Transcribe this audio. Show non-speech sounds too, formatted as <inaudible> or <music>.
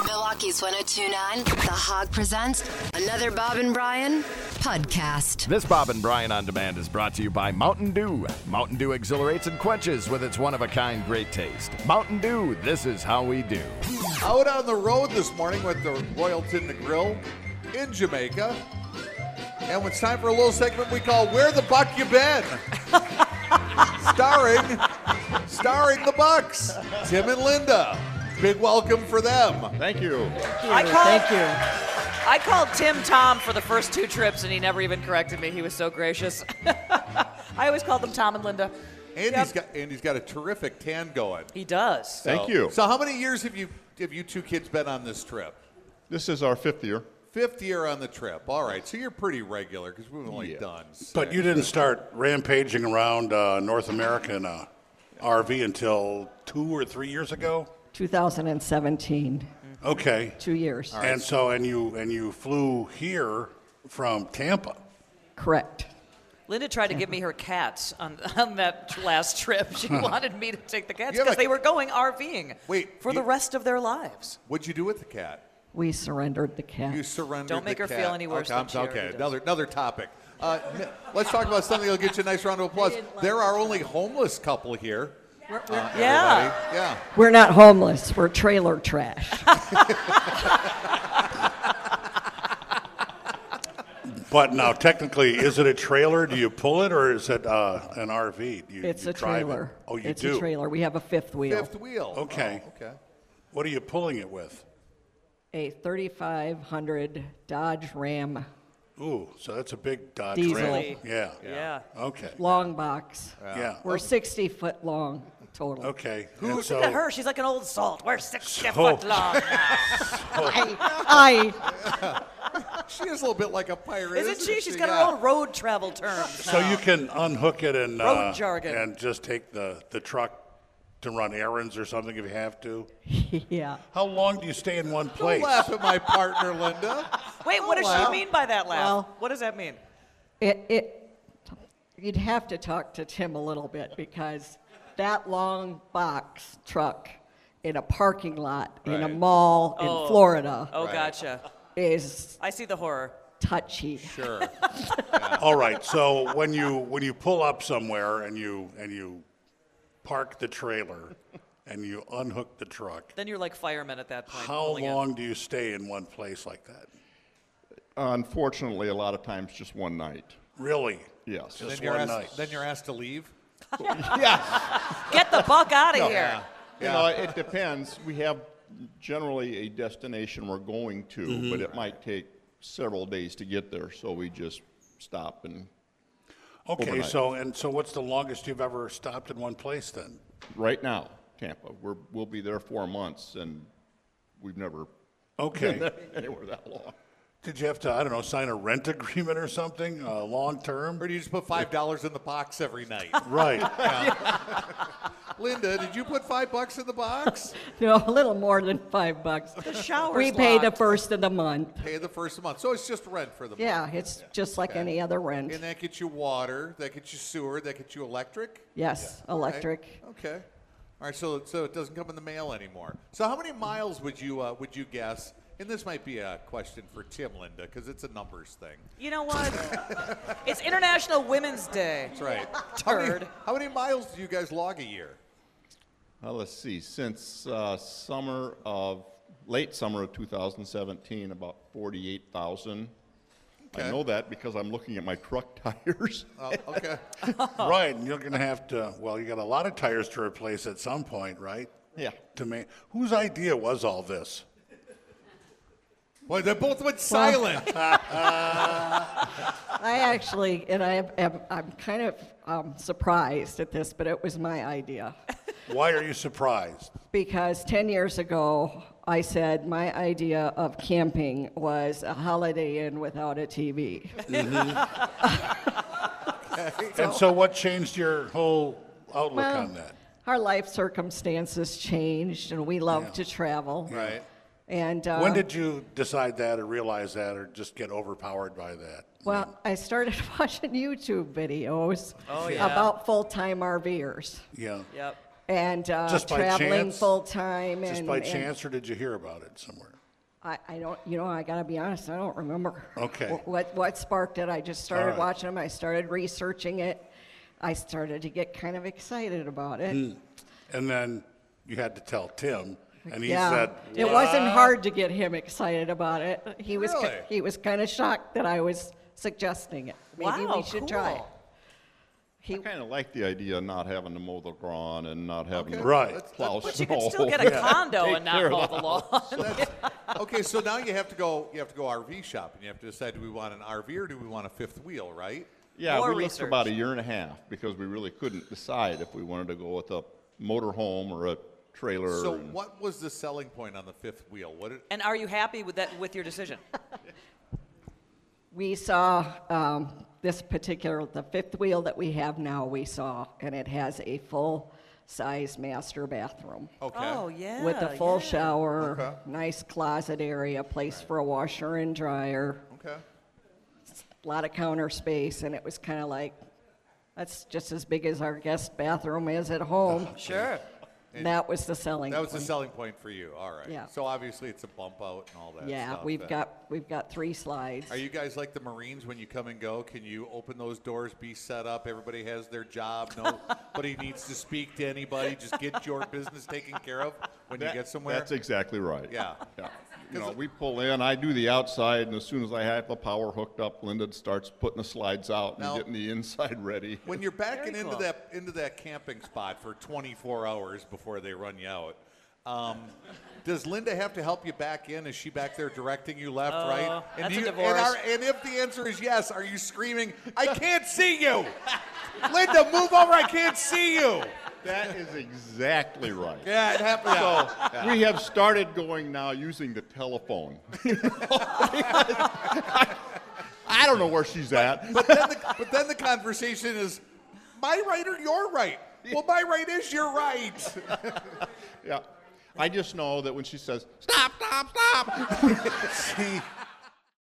Rockies 1029, The Hog presents another Bob and Brian podcast. This Bob and Brian on Demand is brought to you by Mountain Dew. Mountain Dew exhilarates and quenches with its one of a kind great taste. Mountain Dew, this is how we do. Out on the road this morning with the Royal Tinda Grill in Jamaica. And it's time for a little segment we call Where the Buck You Been? starring, starring the Bucks, Tim and Linda. Big welcome for them. Thank you. I called, Thank you. I called Tim Tom for the first two trips, and he never even corrected me. He was so gracious. <laughs> I always called them Tom and Linda. Andy's Yep. got Andy's got a terrific tan going. He does. Thank you. So how many years have you have you two kids been on this trip? This is our fifth year. Fifth year on the trip. All right, so you're pretty regular because we've only done. But you didn't start rampaging around uh, North America in a RV until two or three years ago. 2017, Okay. two years. And so, and you and you flew here from Tampa. Correct. Linda tried to give me her cats on, <laughs> on that tr- last trip. She wanted me to take the cats You have because a- they were going RVing Wait, for the you- rest of their lives. What'd you do with the cat? We surrendered the cat. You surrendered. Don't make the her cat. feel any worse Okay, than I'm- she already okay, does. another another topic. Uh, n- let's talk about something that'll get you a nice round of applause. There are only homeless couple here. uh, yeah. everybody. yeah. We're not homeless. We're trailer trash. But now, technically, is it a trailer? Do you pull it, or is it uh, an RV? Do <laughs> you, It's you a drive it? trailer. Oh, you it's do. a trailer. We have a fifth wheel, Fifth wheel. Okay. Oh, okay. What are you pulling it with? a 3500 Dodge Ram Ooh, so that's a big Dodge Diesel. Ram. Yeah. Yeah. Okay. long box. Yeah. We're 60 foot long total. Okay. Who Look at her. She's like an old salt. We're 60 foot long. <laughs> now. <laughs> I, I She is a little bit like a pirate. Isn't she? She's got Yeah. her own road travel terms. So you can unhook it and Road uh, jargon. and just take the, the truck to run errands or something if you have to. yeah. How long do you stay in one Don't place? laugh at my partner, Linda. <laughs> Wait, what does Well. she mean by that laugh? Well. what does that mean? It, it, you'd have to talk to Tim a little bit because that long box truck in a parking lot in a Right. mall in Florida Oh, gotcha. is I see the horror. touchy. <laughs> Sure. All right. So when you when you pull up somewhere and you and you park the trailer and you unhook the truck, Then you're like firemen at that point. how pulling it. long do you stay in one place like that? Unfortunately, a lot of times just one night. Really? Yes. then, Just you're one asked, night. then you're asked to <laughs> leave. yeah. Get the buck out of here. You know, it depends. We have generally a destination we're going to, but it might take several days to get there, so we just stop and okay. overnight. So and so, what's the longest you've ever stopped in one place then? right now, Tampa. We're we'll be there four months and we've never <laughs> Okay. anywhere that long. Did you have to, I don't know, sign a rent <laughs> agreement or something, uh, long term? Or do you just put five dollars in the box every <laughs> night? <laughs> <laughs> Right. Linda, did you put five bucks in the box? No, a little more than five bucks. The shower's We pay the locked. first of the month. Pay the first month. So it's just rent for the month. Yeah, it's just like any other rent. And that gets you water, that gets you sewer, that gets you electric. Yes, Okay. electric. Okay. All right, so so it doesn't come in the mail anymore. So how many miles would you uh, would you guess? And this might be a question for Tim Linda because it's a numbers thing. You know what? <laughs> it's International Women's Day. That's <laughs> right. How many, Turd. how many miles do you guys log a year? Well, let's see, since uh, summer of, late summer of 2017, about 48,000. Okay. I know that because I'm looking at my truck <laughs> tires. Oh, okay. <laughs> right. And you're going to have to, well, you got a lot of tires to replace at some point, right? Yeah. To me. Whose idea was all this? Boy, they both went silent. <laughs> I actually, and I am- am, I'm kind of um, surprised at this, but it was my <laughs> idea. Why are you <laughs> surprised? because 10 years ago, I said my idea of camping was a holiday inn without a TV. And so, what changed your whole outlook Well, on that? Our life circumstances changed, and we love to travel. right. And uh, when did you decide that or realize that or just get overpowered by that? well, I started <laughs> watching YouTube videos Oh, about full-time RVers Yeah. Yep. and uh, Just by traveling chance? full-time. Just and, by and- chance, or did you hear about it somewhere? I, I don't, you know, I gotta be honest, I don't remember. Okay. wh- What, what sparked it, I just started right. watching them, I started researching it, I started to get kind of excited about Hmm. it. And then you had to tell Tim, and he Yeah. said, It wasn't hard to get him excited about it. He was, ki- Really? he was kinda shocked that I was suggesting it. Maybe Wow, we should try it. cool. He, I kind of like the idea of not having to mow the lawn and not having to Right. plow But snow. you could still <laughs> get a condo Take and care not of mow the the lawn. <laughs> okay, so now you have to go. You have to go RV shopping. You have to decide: do we want an RV or do we want a fifth wheel? Right? Yeah, More we looked for about a research. year and a half because we really couldn't decide if we wanted to go with a motorhome or a trailer. So, and- what was the selling point on the fifth wheel? What? Did, And are you happy with that with your decision? we saw um, this particular, the fifth wheel that we have now, we saw, and it has a full-size master bathroom. okay. Oh yeah. With a full yeah. shower, Okay. nice closet area, place for a washer and dryer, Okay. a lot of counter space, and it was kind of like, that's just as big as our guest bathroom is at home. Sure. And that was the selling That was the point. selling point for you. All right. Yeah. So obviously it's a bump out and all that. yeah, stuff, we've and- got we've got three slides. Are you guys like the Marines when you come and go? Can you open those doors, be set up? Everybody has their job. <laughs> Nobody needs to speak to anybody. Just get your business taken care of when That- you get somewhere. That's exactly right. Yeah. Yeah. You know, we pull in, I do the outside, and as soon as I have the power hooked up, Linda starts putting the slides out and Now- getting the inside <laughs> ready. when you're backing Very into cool. that into that camping spot for 24 hours before they run you out. Um, does Linda have to help you back in? Is she back there directing you left, right? Oh, that's do a you, divorce. And, are, and if the answer is yes, are you screaming, "I can't see you, <laughs> Linda, move over! I can't see you." That is exactly right. Yeah, it happens. So <laughs> we have started going now using the telephone. <laughs> You know, because I- I don't know where she's at. But then, the, but then the conversation is my right or your right. Well, my right is your right. Yeah. I just know that when she says, stop, stop, stop, See,